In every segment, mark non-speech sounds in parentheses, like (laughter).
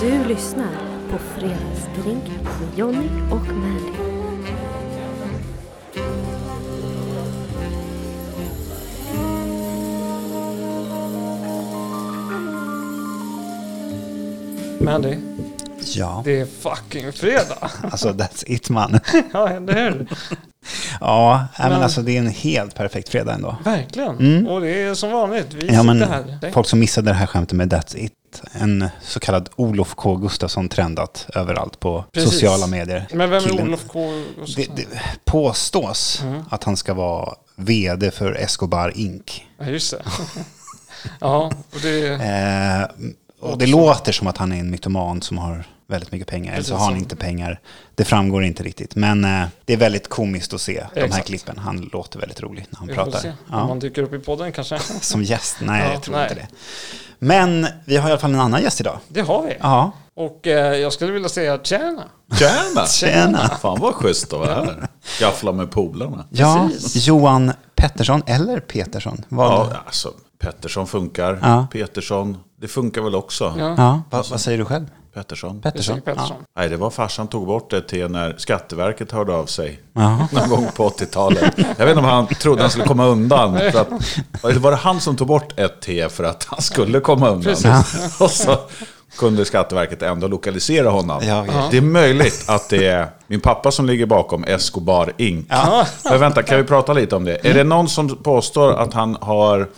Du lyssnar på Fredagsdrink med Jonny och Mandy. Mandy, Ja, det är fucking fredag. alltså that's it man. Ja, eller hur? Ja, nej, Men- men alltså det är en helt perfekt fredag ändå. Verkligen. Och det är som vanligt, vi Mm. Ja, men sitter här. folk som missade det här skämtet med that's it. En så kallad Olof K Gustafsson trendat överallt på Precis. sociala medier. Men vem är Killen- Olof K? Det, det påstås Mm. att han ska vara vd för Escobar Inc. Ja, just det. (laughs) ja, och det... Eh, och det låter som att han är en mytoman som har väldigt mycket pengar. Eller så Precis har han som- inte pengar. Det framgår inte riktigt. Men eh, det är väldigt komiskt att se de här Exakt. klippen. Han låter väldigt rolig när han Vi får pratar. se Ja. om han dyker upp i podden kanske. (laughs) Som gäst? Nej, Ja, jag tror nej. inte det. Men vi har i alla fall en annan gäst idag. Det har vi. Ja. Och eh, jag skulle vilja säga tjena. Tjena! Tjena! Fan vad schysst att vara här. Gaffla med polarna. Ja, Precis. Johan Pettersson eller Petersson? Vad, Ja, alltså, Pettersson funkar. Ja. Petersson, det funkar väl också? Ja. ja, vad, vad säger du själv? Pettersson. Jag säger Pettersson? Pettersson. Nej, det var farsan tog bort det till när Skatteverket hörde av sig. Ja. Någon gång på 80-talet. Jag vet inte om han trodde han skulle komma undan. För att, eller var det han som tog bort ett T för att han skulle komma undan? Precis. Ja. Och så kunde Skatteverket ändå lokalisera honom. Ja, okej. Det är möjligt att det är min pappa som ligger bakom Escobar Inc. Ja. Mm. Men vänta, kan vi prata lite om det? Är det någon som påstår att han har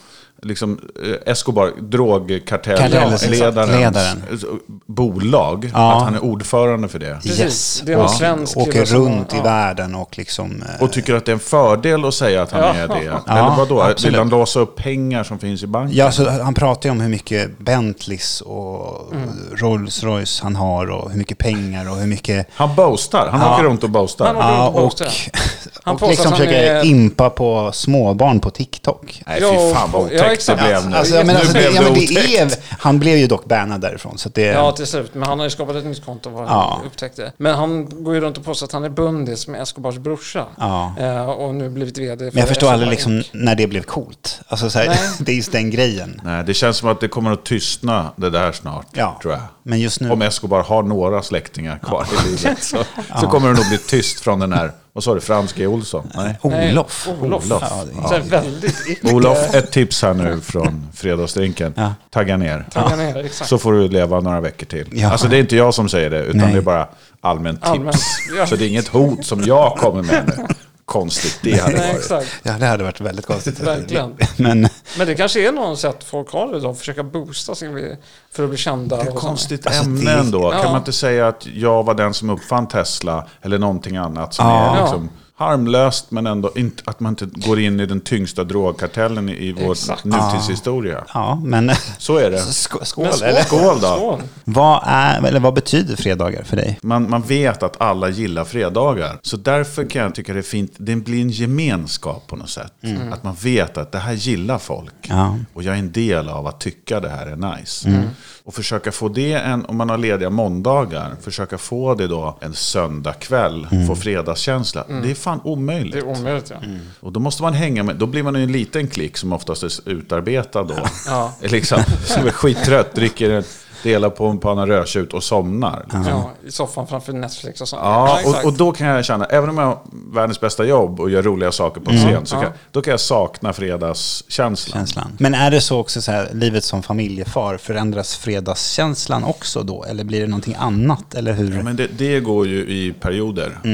liksom, eh, Escobar, Kartell, drogkartellledarens ledaren. Alltså, bolag, Ja. att han är ordförande för det? Precis. Yes. Det är en och svensk kille åker som- runt i ja. världen och liksom... eh, Och tycker att det är en fördel att säga att han Ja. är det? Ja, Eller vadå? Vill absolut. han låsa upp pengar som finns i banken? Ja, så han pratar ju om hur mycket Bentleys och Mm. Rolls Royce han har och hur mycket pengar och hur mycket... Han boastar. Han Ja. åker runt och boastar. Han åker- Ja, påstår och, (laughs) det. Han och påstår liksom att han försöker är- impa på småbarn på TikTok. Nej, Ja, fy fan vad ja, otäckt det exakt. blev nu. Alltså, jag menar, nu alltså, det, blev ja, det men det otäckt. är, han blev ju dock bannad därifrån. Så att det, Ja, till slut. Men han har ju skapat ett nytt konto vad han Ja. upptäckte. Men han går ju runt och påstår att han är bundis med Escobars brorsa. Ja. Eh, och nu blivit vd för Men jag förstår aldrig Escobar liksom Inc. när det blev coolt. Alltså så här, Nej. (laughs) det är just den grejen. Nej, det känns som att det kommer att tystna det där snart, Ja. tror jag. Men just nu... Om Escobar har några släktingar kvar (laughs) i livet så, så kommer det nog bli tyst från den här, vad sa du, Frans G. Olsson? Nej. Nej, Olof. Olof. Ja, det är- Så här väldigt icke. Olof, ett tips här nu från fredagsdrinken. Ja. Tagga ner. Tagga ner, exakt. Så får du leva några veckor till. Ja. Alltså det är inte jag som säger det, utan Nej. det är bara allmänt tips. Allmänt, ja. Så det är inget hot som jag kommer med nu. Konstigt det (laughs) hade Nej, varit. exakt. Ja, det hade varit väldigt konstigt. Verkligen. Men Men det kanske är någon sätt folk har idag, försöka boosta sin, för att bli kända. och sådana. Konstigt Alltså, ämne det- ändå. Ja. Kan man inte säga att jag var den som uppfann Tesla eller någonting annat som Ja. är liksom harmlöst men ändå inte, att man inte går in i den tyngsta drogkartellen i vår Exakt. nutidshistoria. ja, men... Så är det. Sk- Alltså, skål, Men skål, eller? Skål då. Skål. Vad, är, eller vad betyder fredagar för dig? Man, man vet att alla gillar fredagar. Så därför kan jag tycka det är fint. Det blir en gemenskap på något sätt. Mm. Att man vet att det här gillar folk. Ja. Och jag är en del av att tycka det här är nice. Och försöka få det, en, om man har lediga måndagar, försöka få det då en söndagkväll, få fredagskänsla. Det är fan omöjligt. Mm. Det är omöjligt, ja. Och då måste man hänga med, då blir man ju en liten klick som oftast är utarbetad då. Ja. (laughs) liksom, som är skittrött, dricker en, delar på en panna rödtjut och somnar. liksom. ja. I soffan framför Netflix och sånt. Ja, exakt. och, och då kan jag känna, även om jag har världens bästa jobb och gör roliga saker på en scen, så kan, då kan jag sakna fredagskänslan. Känslan. Men är det så också så här, livet som familjefar, förändras fredagskänslan också då? Eller blir det någonting annat? Eller hur? Ja, men det, det går ju i perioder. Eh,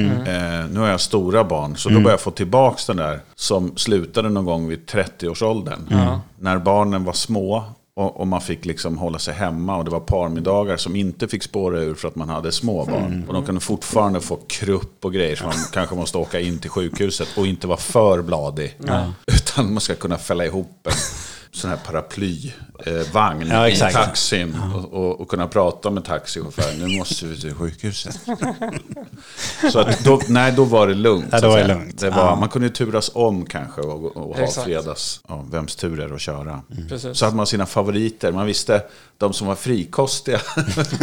nu har jag stora barn, så då börjar jag få tillbaka den där som slutade någon gång vid 30-årsåldern. När barnen var små och, och man fick liksom hålla sig hemma och det var parmiddagar som inte fick spåra ur för att man hade små barn. Och de kunde fortfarande få krupp och grejer som man kanske måste åka in till sjukhuset och inte vara för bladig. (laughs) Utan man ska kunna fälla ihop en sån här paraplyvagn eh, vagn Ja, i exakt. taxin och, och, och kunna prata med taxichauffören. Nu måste vi (laughs) till sjukhuset. Så att då, nej, då var det lugnt. Ja, då så att var det säga. lugnt. Det var, Ja. Man kunde ju turas om kanske och, och ha Exakt. fredags, ja, vems tur är det att köra. Mm. Precis. Så hade man sina favoriter. Man visste de som var frikostiga. (laughs)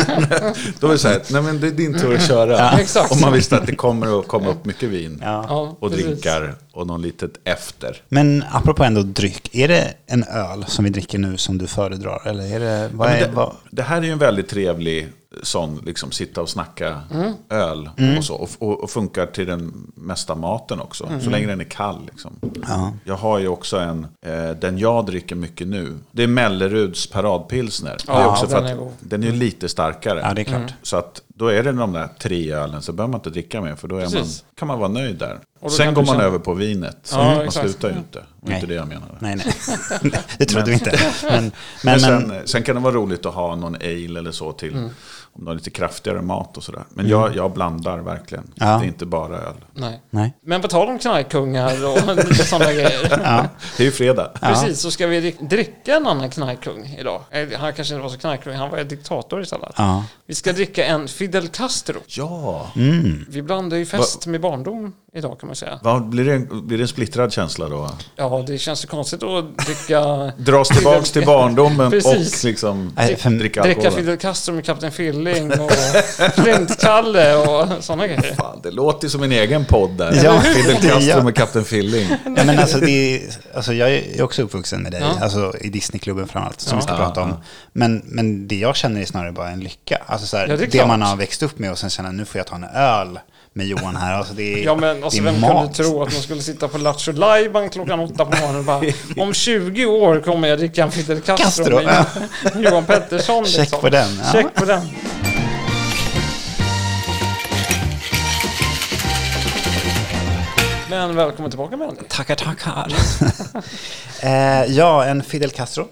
då var det så här, nej men det är din tur att köra. exakt. Och man visste att det kommer att komma upp mycket vin Ja, och precis. drinkar och någon litet efter. Men apropå ändå dryck, är det en öl som vi dricker nu som du föredrar? Eller är det, vad Men är, det, vad, det här är ju en väldigt trevlig sån, liksom sitta och snacka Mm. öl och så. Och, och, och funkar till den mesta maten också. Mm. Så länge den är kall. Liksom. Ja. Jag har ju också en, eh, den jag dricker mycket nu. Det är Melleruds paradpilsner. det är Ja, också för den att är god. den är ju lite starkare. Mm. Ja, det är klart. Så att då är det de där tre ölen, så behöver man inte dricka mer för då är man, Precis. kan man vara nöjd där. då Sen kan går du man känna- över på vinet, så Ja, man exakt. slutar ju inte. Det är Nej. inte det jag menade. Nej, (laughs) nej. det trodde vi inte. (laughs) Men, Men men, Mm. men, sen, sen kan det vara roligt att ha någon ale eller så till, om du har lite kraftigare mat och sådär. Men jag, jag blandar verkligen. Mm. Ja. Det är inte bara öl. Nej. nej. Men på tal om knarkkungar och (laughs) sådana grejer. Det är ju fredag. Precis, så ska vi drick- dricka en annan knarkkung idag. Eh, Han kanske inte var så knarkkung, han var diktator istället. Ja. Vi ska dricka en Fidel Castro. Ja, Mm. Mm. Vi blandar ju fest med barndom idag kan man säga. Vad, blir, det en, blir det en splittrad känsla då? Ja, det känns ju konstigt att dricka... Dras (laughs) tillbaka (laughs) till barndomen Precis. och liksom Nej, för- dricka Dricka alkohol. Fidel Castro med Kapten Filling och Flint-Kalle och sådana grejer. Fan, det låter ju som en egen podd där. Ja. (laughs) Fidel Castro Ja. med Kapten Filling. Ja, men alltså, det är, alltså, jag är också uppvuxen med dig, Ja. alltså, i Disneyklubben framförallt, som vi ska Ja. prata om. Men, men det jag känner är snarare bara en lycka. Alltså, så här, Ja, det är det, klart. man har växt upp med och sen känner nu får jag ta en öl med Johan här. Alltså, det är, Ja men alltså det vem är kunde magiskt. tro att man skulle sitta på Lattjo Lajban klockan åtta på morgonen och bara Om 20 år kommer jag dricka en Fidel Castro, Castro, med Johan Pettersson Check liksom. på den, ja. Check på den. Men välkommen tillbaka med dig. Tackar, tackar. (laughs) eh, ja, en Fidel Castro.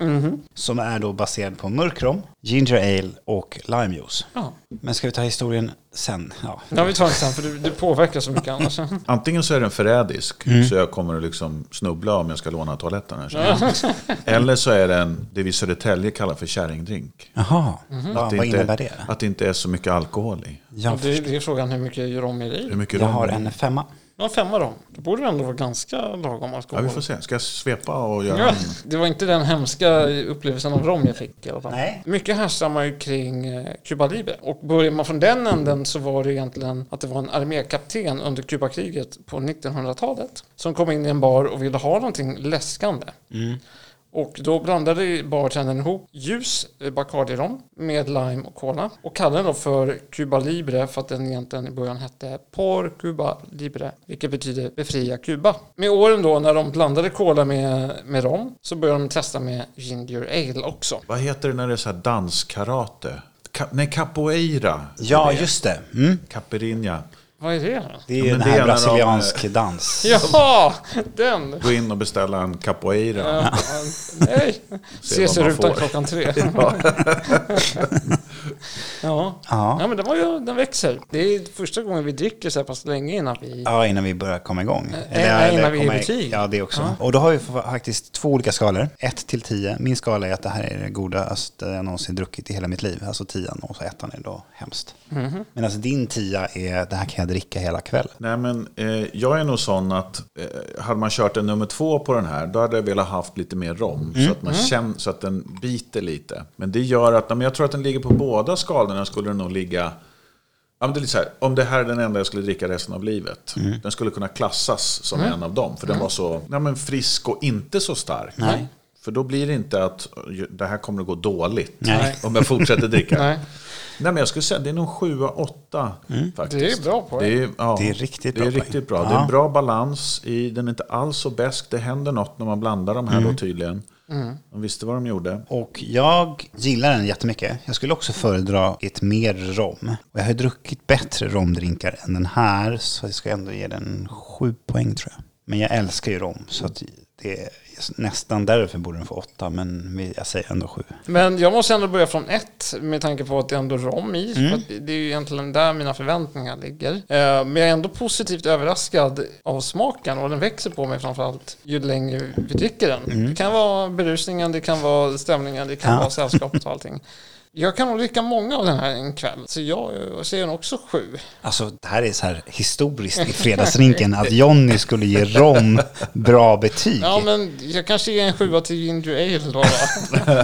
Som är då baserad på mörkrom, ginger ale och limejuice. Ja, Men ska vi ta historien sen? Ja. det har vi tagit sen för du, du påverkar så mycket annars. Antingen så är den förrädisk, Mm. så jag kommer att liksom snubbla om jag ska låna toaletten. Här. (laughs) Eller så är den det vi i Södertälje kallar för kärringdrink. Jaha, vad, det vad inte, innebär det? Att det inte är så mycket alkohol i. Och Jag, det, det är frågan hur mycket gör om i Hur dig? mycket jag rom- har en femma. Ja, femma då. Då borde det ändå vara ganska lagom Ja, alkohol. vi får se. Ska jag svepa och göra Ja, en... det var inte den hemska upplevelsen av rom jag fick i alla fall. Nej. Mycket härstammar ju kring eh, Cuba Libre. Och börjar man från den änden så var det egentligen att det var en armékapten under Kubakriget på 1900-talet som kom in i en bar och ville ha någonting läskande. Och då blandade bartendern ihop ljus eh, Bacardi-rom med lime och cola och kallade den då för Cuba Libre för att den egentligen i början hette Por Cuba Libre, vilket betyder befria Kuba. Med åren då när de blandade cola med, med rom så började de testa med ginger ale också. Vad heter det när det är så här danskarate? Ka- nej, capoeira. Ja, just det. Mm. Caperinha. Vad är det? Det är Ja, ju den men det är här när de- brasiliansk dans. Jaha, (laughs) den! Gå in och beställa en capoeira. Ja, nej, ses i vad man rutan får. klockan (laughs) tre. ja. Ja. ja, men den, var ju, den växer. Det är första gången vi dricker så här pass länge innan vi... Ja, innan vi börjar komma igång. nej, Eh, innan vi är i komma i- butik. Ja, det också. Och då har vi fa- faktiskt två olika skalor. ett till tio Min skala är att det här är det godaste jag någonsin druckit i hela mitt liv. Alltså 10 och så ettan är då hemskt. Mhm. Medan din tia är det här kan jag dricka hela kvällen. Nej, men eh, jag är nog sån att eh, hade man kört en nummer två på den här, då hade jag velat haft lite mer rom. Mm. Så, att man känner, så att den biter lite. Men det gör att, nej, men jag tror att den ligger på båda skalorna skulle den nog ligga... Ja, men det är lite så här, om det här är den enda jag skulle dricka resten av livet. Mm. Den skulle kunna klassas som en av dem. För den var så nej, men frisk och inte så stark. Nej. För då blir det inte att det här kommer att gå dåligt Nej. om jag fortsätter (laughs) dricka. Nej. Nej, men jag skulle säga det är nog 7-8 faktiskt. Det är bra poäng. Det är, ja, Mm. Det är riktigt Det är bra poäng. riktigt bra. Ja. Det är en bra balans. I, den är inte alls så bäst. Det händer något när man blandar de här Mm. då tydligen. Mm. De visste vad de gjorde. (laughs) Och jag gillar den jättemycket. Jag skulle också föredra ett mer rom. Och jag har ju druckit bättre romdrinkar än den här, så jag ska ändå ge den sju poäng tror jag. Men jag älskar ju rom, så att det är nästan därför borde den få åtta, men vi- jag säger ändå sju. Men jag måste ändå börja från ett med tanke på att det är ändå rom i. Mm. För att det är ju egentligen där mina förväntningar ligger. Eh, Men jag är ändå positivt överraskad av smaken och den växer på mig framförallt ju längre vi dricker den. Det kan vara berusningen, det kan vara stämningen, det kan Mm. Ja. vara sällskapet och allting. Jag kan nog dricka många av den här en kväll, så jag eh, ser den också sju. Alltså det här är så här historiskt i fredagsrinken, att Jonny skulle ge rom bra betyg. Ja, men jag kanske ger en sjua till ginger ale då. då.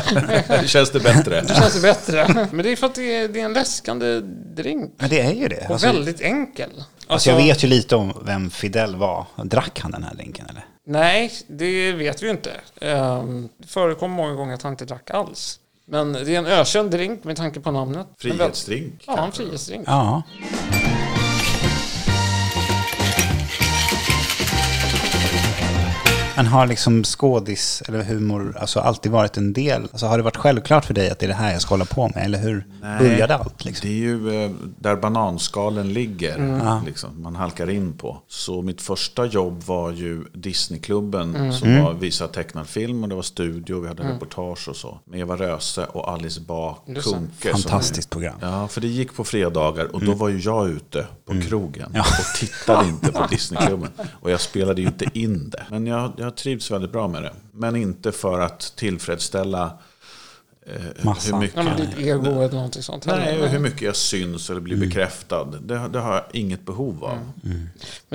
Känns det bättre? Det känns bättre. (laughs) Men det är för att det är, det är en läskande drink. Men det är ju det. Och Alltså, väldigt enkel. alltså, jag vet ju lite om vem Fidel var. Drack han den här drinken eller? Nej, det vet vi ju inte. Ehm, det förekom många gånger att han inte drack alls. Men det är en ökänd drink med tanke på namnet. Men väl- Frihetsdrink. Ja, en frihetsdrink. Ja. Men har liksom skådis eller humor alltså alltid varit en del? Alltså har det varit självklart för dig att det är det här jag ska hålla på med? Eller hur började allt? Liksom? Det är ju eh, där bananskalen ligger, Mm. liksom, man halkar in på. Så mitt första jobb var ju Disneyklubben Mm. som Mm. var visa tecknad film och det var studio, vi hade reportage och så. Med Eva Röse och Alice Bah Just Mm. det. Kuhnke. som- Fantastiskt program. Ja, för det gick på fredagar och då var ju jag ute på krogen Ja. och tittade inte på Disneyklubben. Och jag spelade ju inte in det. Men jag, jag trivs väldigt bra med det. Men inte för att tillfredsställa eh, Massa. hur Ja, men mycket ditt ego eller någonting sånt. Nej, och hur mycket jag syns eller blir bekräftad. Det, det har jag inget behov av. Men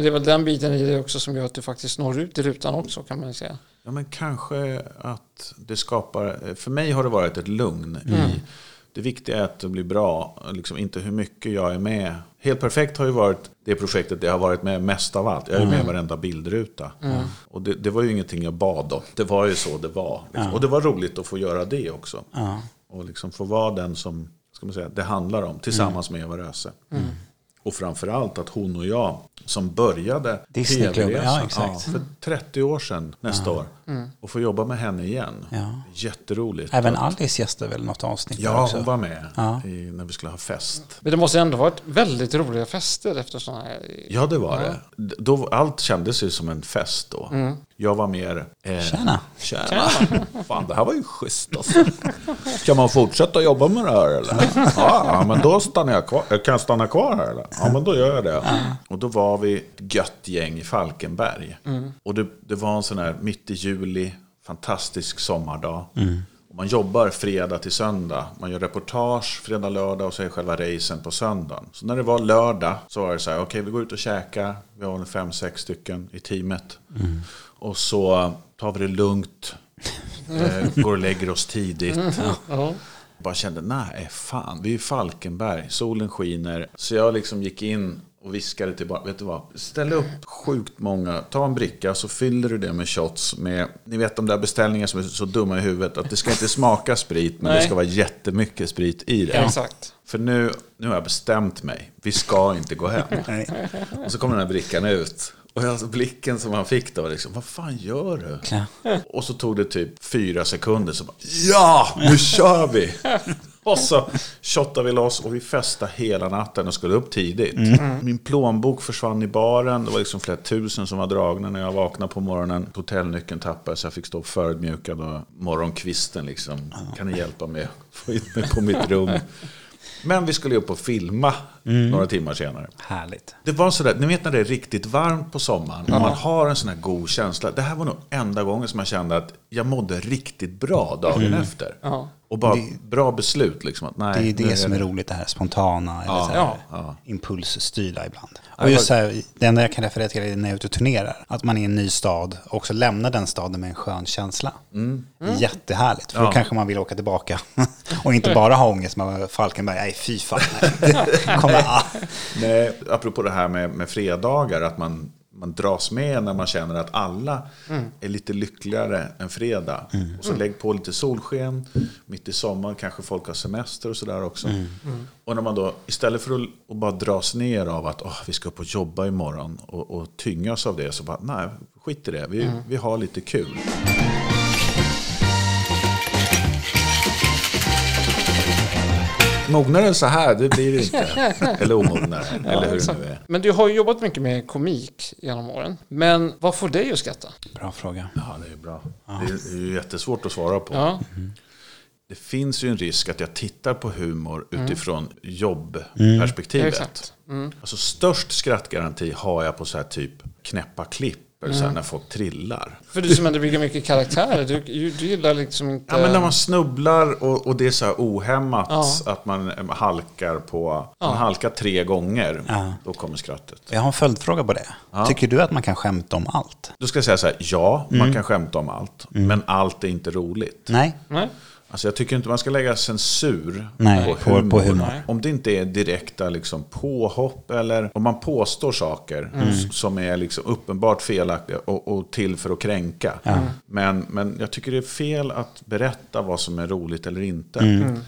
det är väl den biten i det också som gör att du faktiskt når ut i rutan också kan man ju säga. Ja, men kanske att det skapar... För mig har det varit ett lugn. Mm. I, det viktiga är att det blir bra, liksom inte hur mycket jag är med. Helt perfekt har ju varit det projektet jag har varit med mest av allt. Jag är Mm. med i varenda bildruta. Och det, det var ju ingenting jag bad om. Det var ju så det var. Och det var roligt att få göra det också. Och liksom få vara den som ska man säga, det handlar om tillsammans Mm. med Eva Röse. Och framförallt att hon och jag som började Disneyklubben, TV-resan, ja, exakt. för 30 år sedan nästa år och få jobba med henne igen. Mm. Ja. Jätteroligt. Även Alice gästade väl något avsnitt där Ja, också? hon var med Ja. i, när vi skulle ha fest. Men det måste ändå varit väldigt roliga fester efter sådana här... Ja, det var det. D- Då, allt kändes ju som en fest då. Jag var mer... Eh, Mm. Tjena. Tjena. Fan, det här var ju schysst alltså. Kan man fortsätta jobba med det här eller? Ja, ja, men då stannar jag kvar. Kan jag stanna kvar här eller? Ja, men då gör jag det. Och då var vi ett gött gäng i Falkenberg. Och det, det var en sån här mitt i juli, fantastisk sommardag. Och Man jobbar fredag till söndag. Man gör reportage fredag, lördag och så är själva racen på söndagen. Så när det var lördag så var det så här, okej vi går ut och käkar. Vi har en fem, sex stycken i teamet. Och så tar vi det lugnt. Eh, Går och lägger oss tidigt. Mm. Ja. Bara kände, nej fan, vi är i Falkenberg, solen skiner. Så jag liksom gick in och viskade till bara, vet du vad? Ställ upp sjukt många, ta en bricka så fyller du det med shots med, ni vet de där beställningarna som är så dumma i huvudet, att det ska inte smaka sprit men det Nej. ska vara jättemycket sprit i det. Ja, exakt. För nu, nu har jag bestämt mig, vi ska inte gå hem. Nej. Och så kom den här brickan ut. Och alltså, blicken som han fick då var liksom, vad fan gör du? Ja. (laughs) Och så tog det typ fyra sekunder så bara, ja, nu kör vi! Och så shottade vi loss och vi festade hela natten och skulle upp tidigt. Min plånbok försvann i baren. Det var liksom flera tusen som var dragna när jag vaknade på morgonen. Hotellnyckeln tappades, jag fick stå förödmjukad och morgonkvisten liksom, kan ni hjälpa mig att få in mig på mitt rum? Men vi skulle ju upp och filma några timmar senare. Härligt. Det var sådär, ni vet när det är riktigt varmt på sommaren och man har en sån här god känsla. Det här var nog enda gången som jag kände att jag mådde riktigt bra dagen efter. Ja. Och bara bra beslut liksom. Att, nej, Mm. Det är ju nu det som är roligt, det här spontana eller så här, Ja. impulsstyrda ibland. Och just så här, det enda jag kan referera till är när jag är ute och turnerar, att man är i en ny stad och också lämnar den staden med en skön känsla. Mm. Jättehärligt, för då Ja. kanske man vill åka tillbaka (laughs) och inte bara ha ångest med Falkenberg. Nej, fy fan. Nej. (laughs) Det kommer, ah. Nej, apropå det här med, med fredagar, att man, man dras med när man känner att alla är lite lyckligare en fredag. Och så lägg på lite solsken, mitt i sommaren kanske folk har semester och sådär också. Och när man då, istället för att, att bara dras ner av att "Åh, vi ska upp och jobba imorgon och, och tyngas av det, så bara nej, skit i det, vi, vi har lite kul. Mognare än så här, det blir det inte. Eller omognare, eller hur det nu är. Men du har ju jobbat mycket med komik genom åren. Men vad får dig att skratta? Bra fråga. Ja, det är bra. Det är- det är ju jättesvårt att svara på. Mm-hmm. Ja, Det finns ju en risk att jag tittar på humor utifrån jobbperspektivet. Mm. exakt. Mm. Alltså störst skrattgaranti har jag på så här typ knäppa klipp, eller så Mm. här när folk trillar. För du som ändå bygger mycket karaktärer, du, du gillar liksom inte... Ja, men när man snubblar och, och det är så här ohämmat Ja. att man eh, halkar på, man halkar tre gånger, då kommer skrattet. Jag har en följdfråga på det. Tycker du att man kan skämta om allt? Då ska jag säga så här, ja, man kan skämta om allt, men allt är inte roligt. Nej? Nej? Alltså jag tycker inte man ska lägga censur Nej, på- på, humor. på humor. Nej. Om det inte är direkta liksom, påhopp eller om man påstår saker Mm. s- som är liksom, uppenbart felaktiga och, och till för att kränka. Men, men jag tycker det är fel att berätta vad som är roligt eller inte. Mm.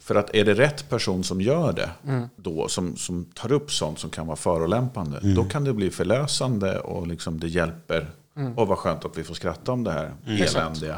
För att är det rätt person som gör det, då, som, som tar upp sånt som kan vara förolämpande, Mm. då kan det bli förlösande och liksom det hjälper. Och vad skönt att vi får skratta om det här Mm. eländiga.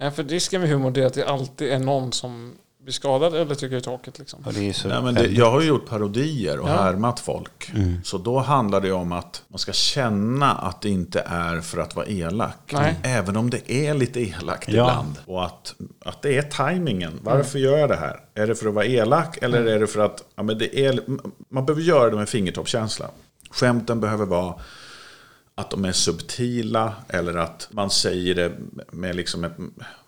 Ja, för risken med humor det är att det alltid är någon som blir skadad eller tycker det är tråkigt. Liksom. Och det är ju så Nej, men det, jag har ju gjort parodier och härmat folk. Mm. Så då handlar det om att man ska känna att det inte är för att vara elak. Nej. Även om det är lite elakt Ja. Mm. ibland. Och att, att det är tajmingen. Varför gör jag det här? Är det för att vara elak eller är det för att ja, men det är, man behöver göra det med fingertoppskänsla. Skämten behöver vara att de är subtila eller att man säger det med liksom ett,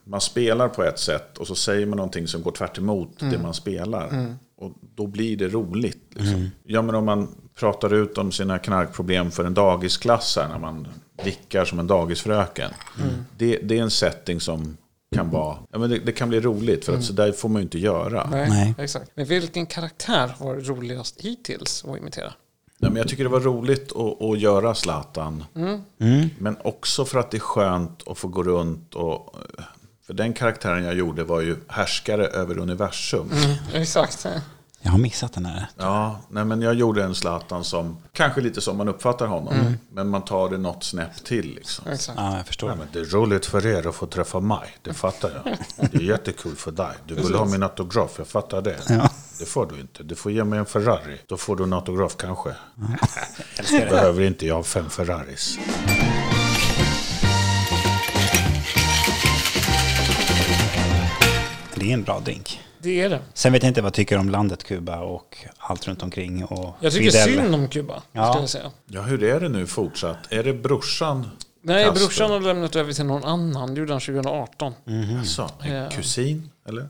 man spelar på ett sätt och så säger man någonting som går tvärt emot det man spelar. Och då blir det roligt. Liksom. Ja, men om man pratar ut om sina knarkproblem för en dagisklass här, när man vickar som en dagisfröken. Det, det är en setting som kan vara, ja, men det, det kan bli roligt för att så där får man ju inte göra. Nej, Nej. exakt. Men vilken karaktär har varit roligast hittills att imitera? Nej, men jag tycker det var roligt att, att göra Zlatan. Men också för att det är skönt att få gå runt och... För den karaktären jag gjorde var ju härskare över universum. Mm. Mm. Exakt. Jag har missat den här. Ja, nej, men jag gjorde en Zlatan som, kanske lite som man uppfattar honom, men man tar det något snäpp till. Liksom. exakt. Ja, jag förstår. Nej, men det är roligt för er att få träffa mig, det fattar jag. Det är jättekul för dig. Du vill ha min autograf, jag fattar det. Ja. Det får du inte. Du får ge mig en Ferrari. Då får du en autograf kanske. (laughs) Älskar det. Behöver inte jag fem Ferraris. Det är en bra drink. Det är det. Sen vet jag inte vad jag tycker om landet Kuba och allt runt omkring. Och Jag tycker Fidel. synd om Kuba, Ja. ska jag säga. Ja, hur är det nu fortsatt? Är det brorsan? Nej, Castro? brorsan har lämnat över till någon annan. Det gjorde han 2018. Mm. Alltså, en Ja. kusin? Eller?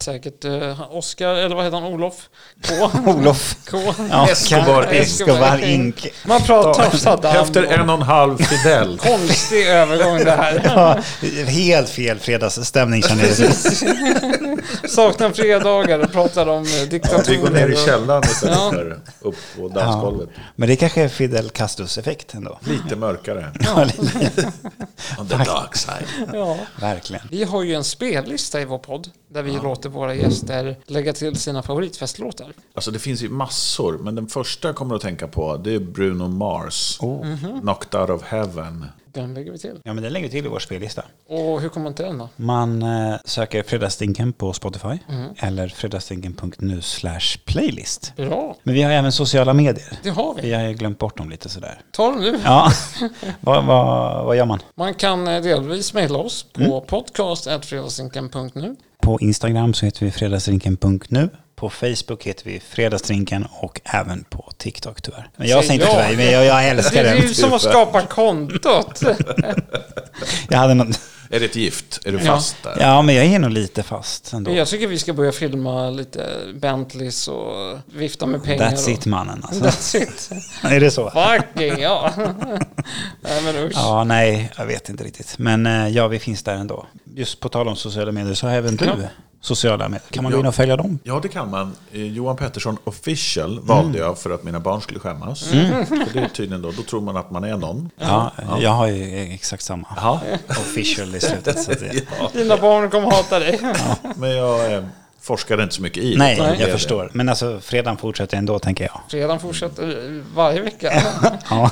Säkert eh, Oscar, eller vad heter han? (laughs) Olof? K? Olof. (laughs) K? Ja, Escobar Ka- Escobar Inc. Man pratar om Saddam. Efter en och en (laughs) halv Fidel. Konstig övergång det här. Ja, helt fel fredagsstämning (laughs) känner jag. Saknar fredagar och pratar om eh, diktaturer. Vi går ner i och- källaren istället Ja. för upp på dansgolvet. Men det kanske är Fidel Castros effekt ändå. Lite mörkare. (laughs) Ja, lite. (laughs) On the dark side. Ja. Verkligen. Vi har ju en spellista i vår podd där vi låter våra gäster lägga till sina favoritfestlåtar. Alltså det finns ju massor, men den första jag kommer att tänka på det är Bruno Mars. Oh. Mhm. Knocked out of heaven. Den lägger vi till. Ja, men den lägger vi till i vår spellista. Och hur kommer man till den då? Man eh, söker Fredagsdinken på Spotify Mm. eller fredagsdinken.nu slash playlist. Bra, Men vi har även sociala medier. det har vi. Vi har ju glömt bort dem lite sådär. Ta den nu. Ja, (laughs) vad, vad, vad gör man? Man kan eh, delvis mejla oss på Mm. podcast.fredagsinken.nu. På Instagram så heter vi fredagsdrinken.nu. På Facebook heter vi Fredagsdrinken och även på TikTok tyvärr. Men jag Säg säger inte ja. tyvärr, men jag, jag Det älskar är ju den. som att typ skapa (laughs) kontot. Jag hade något, Är det ett gift? Är du Ja. fast där? ja, men jag är nog lite fast ändå. Jag tycker vi ska börja filma lite Bentleys och vifta med pengar. That's it mannen Och... alltså. (laughs) That's it. Är det så? Fucking ja. (laughs) Nej men usch. Ja, nej, jag vet inte riktigt. Men eh, ja, vi finns där ändå. Just på tal om sociala medier så har även du Ja. sociala medier. Kan man gå Ja. in och följa dem? Ja, det kan man. Eh, Johan Pettersson official Mm. valde jag för att mina barn skulle skämmas. För det är tydligen då, då tror man att man är någon. Ja, jag har ju exakt samma. Official i slutet. Så (laughs) att det, Ja, Dina barn kommer hata dig. men jag eh, forskade inte så mycket i det. nej, utan det är jag det. förstår. Men alltså, fredagen fortsätter ändå, tänker jag. Fredagen fortsätter varje vecka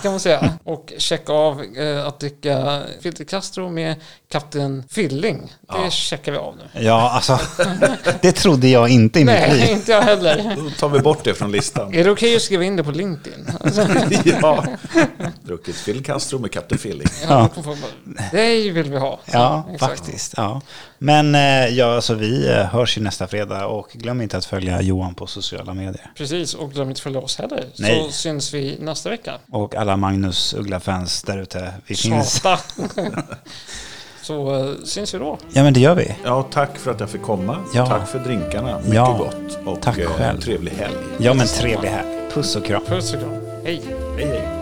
kan man säga. Och checka av eh, att dricka filterkastro med Kapten Filling. Det checkar vi av nu. Ja, alltså, (laughs) det trodde jag inte i mitt Nej, liv. inte jag heller. Då tar vi bort det (laughs) från listan. Är det okej att skriva in det på LinkedIn? Alltså, ja. Druckit Phil Castro med Kapten Filling. ja. då kommer folk bara, Det vill vi ha. Ja, exakt. faktiskt. Ja. Men eh, ja, alltså, vi eh, hörs ju nästa fredag och glöm inte att följa Johan på sociala medier. Precis, och glöm inte att följa oss heller. Så Nej. syns vi nästa vecka. Och alla Magnus Uggla-fans där ute, vi finns. Tjata. Så eh, syns vi då. Ja, men det gör vi. Ja, tack för att jag fick komma. Ja. Tack för drinkarna. Mycket Ja. gott. Och Tack eh, själv. trevlig helg. Ja, men trevlig här. Puss och kram. Puss och kram. Hej. Hej, hej.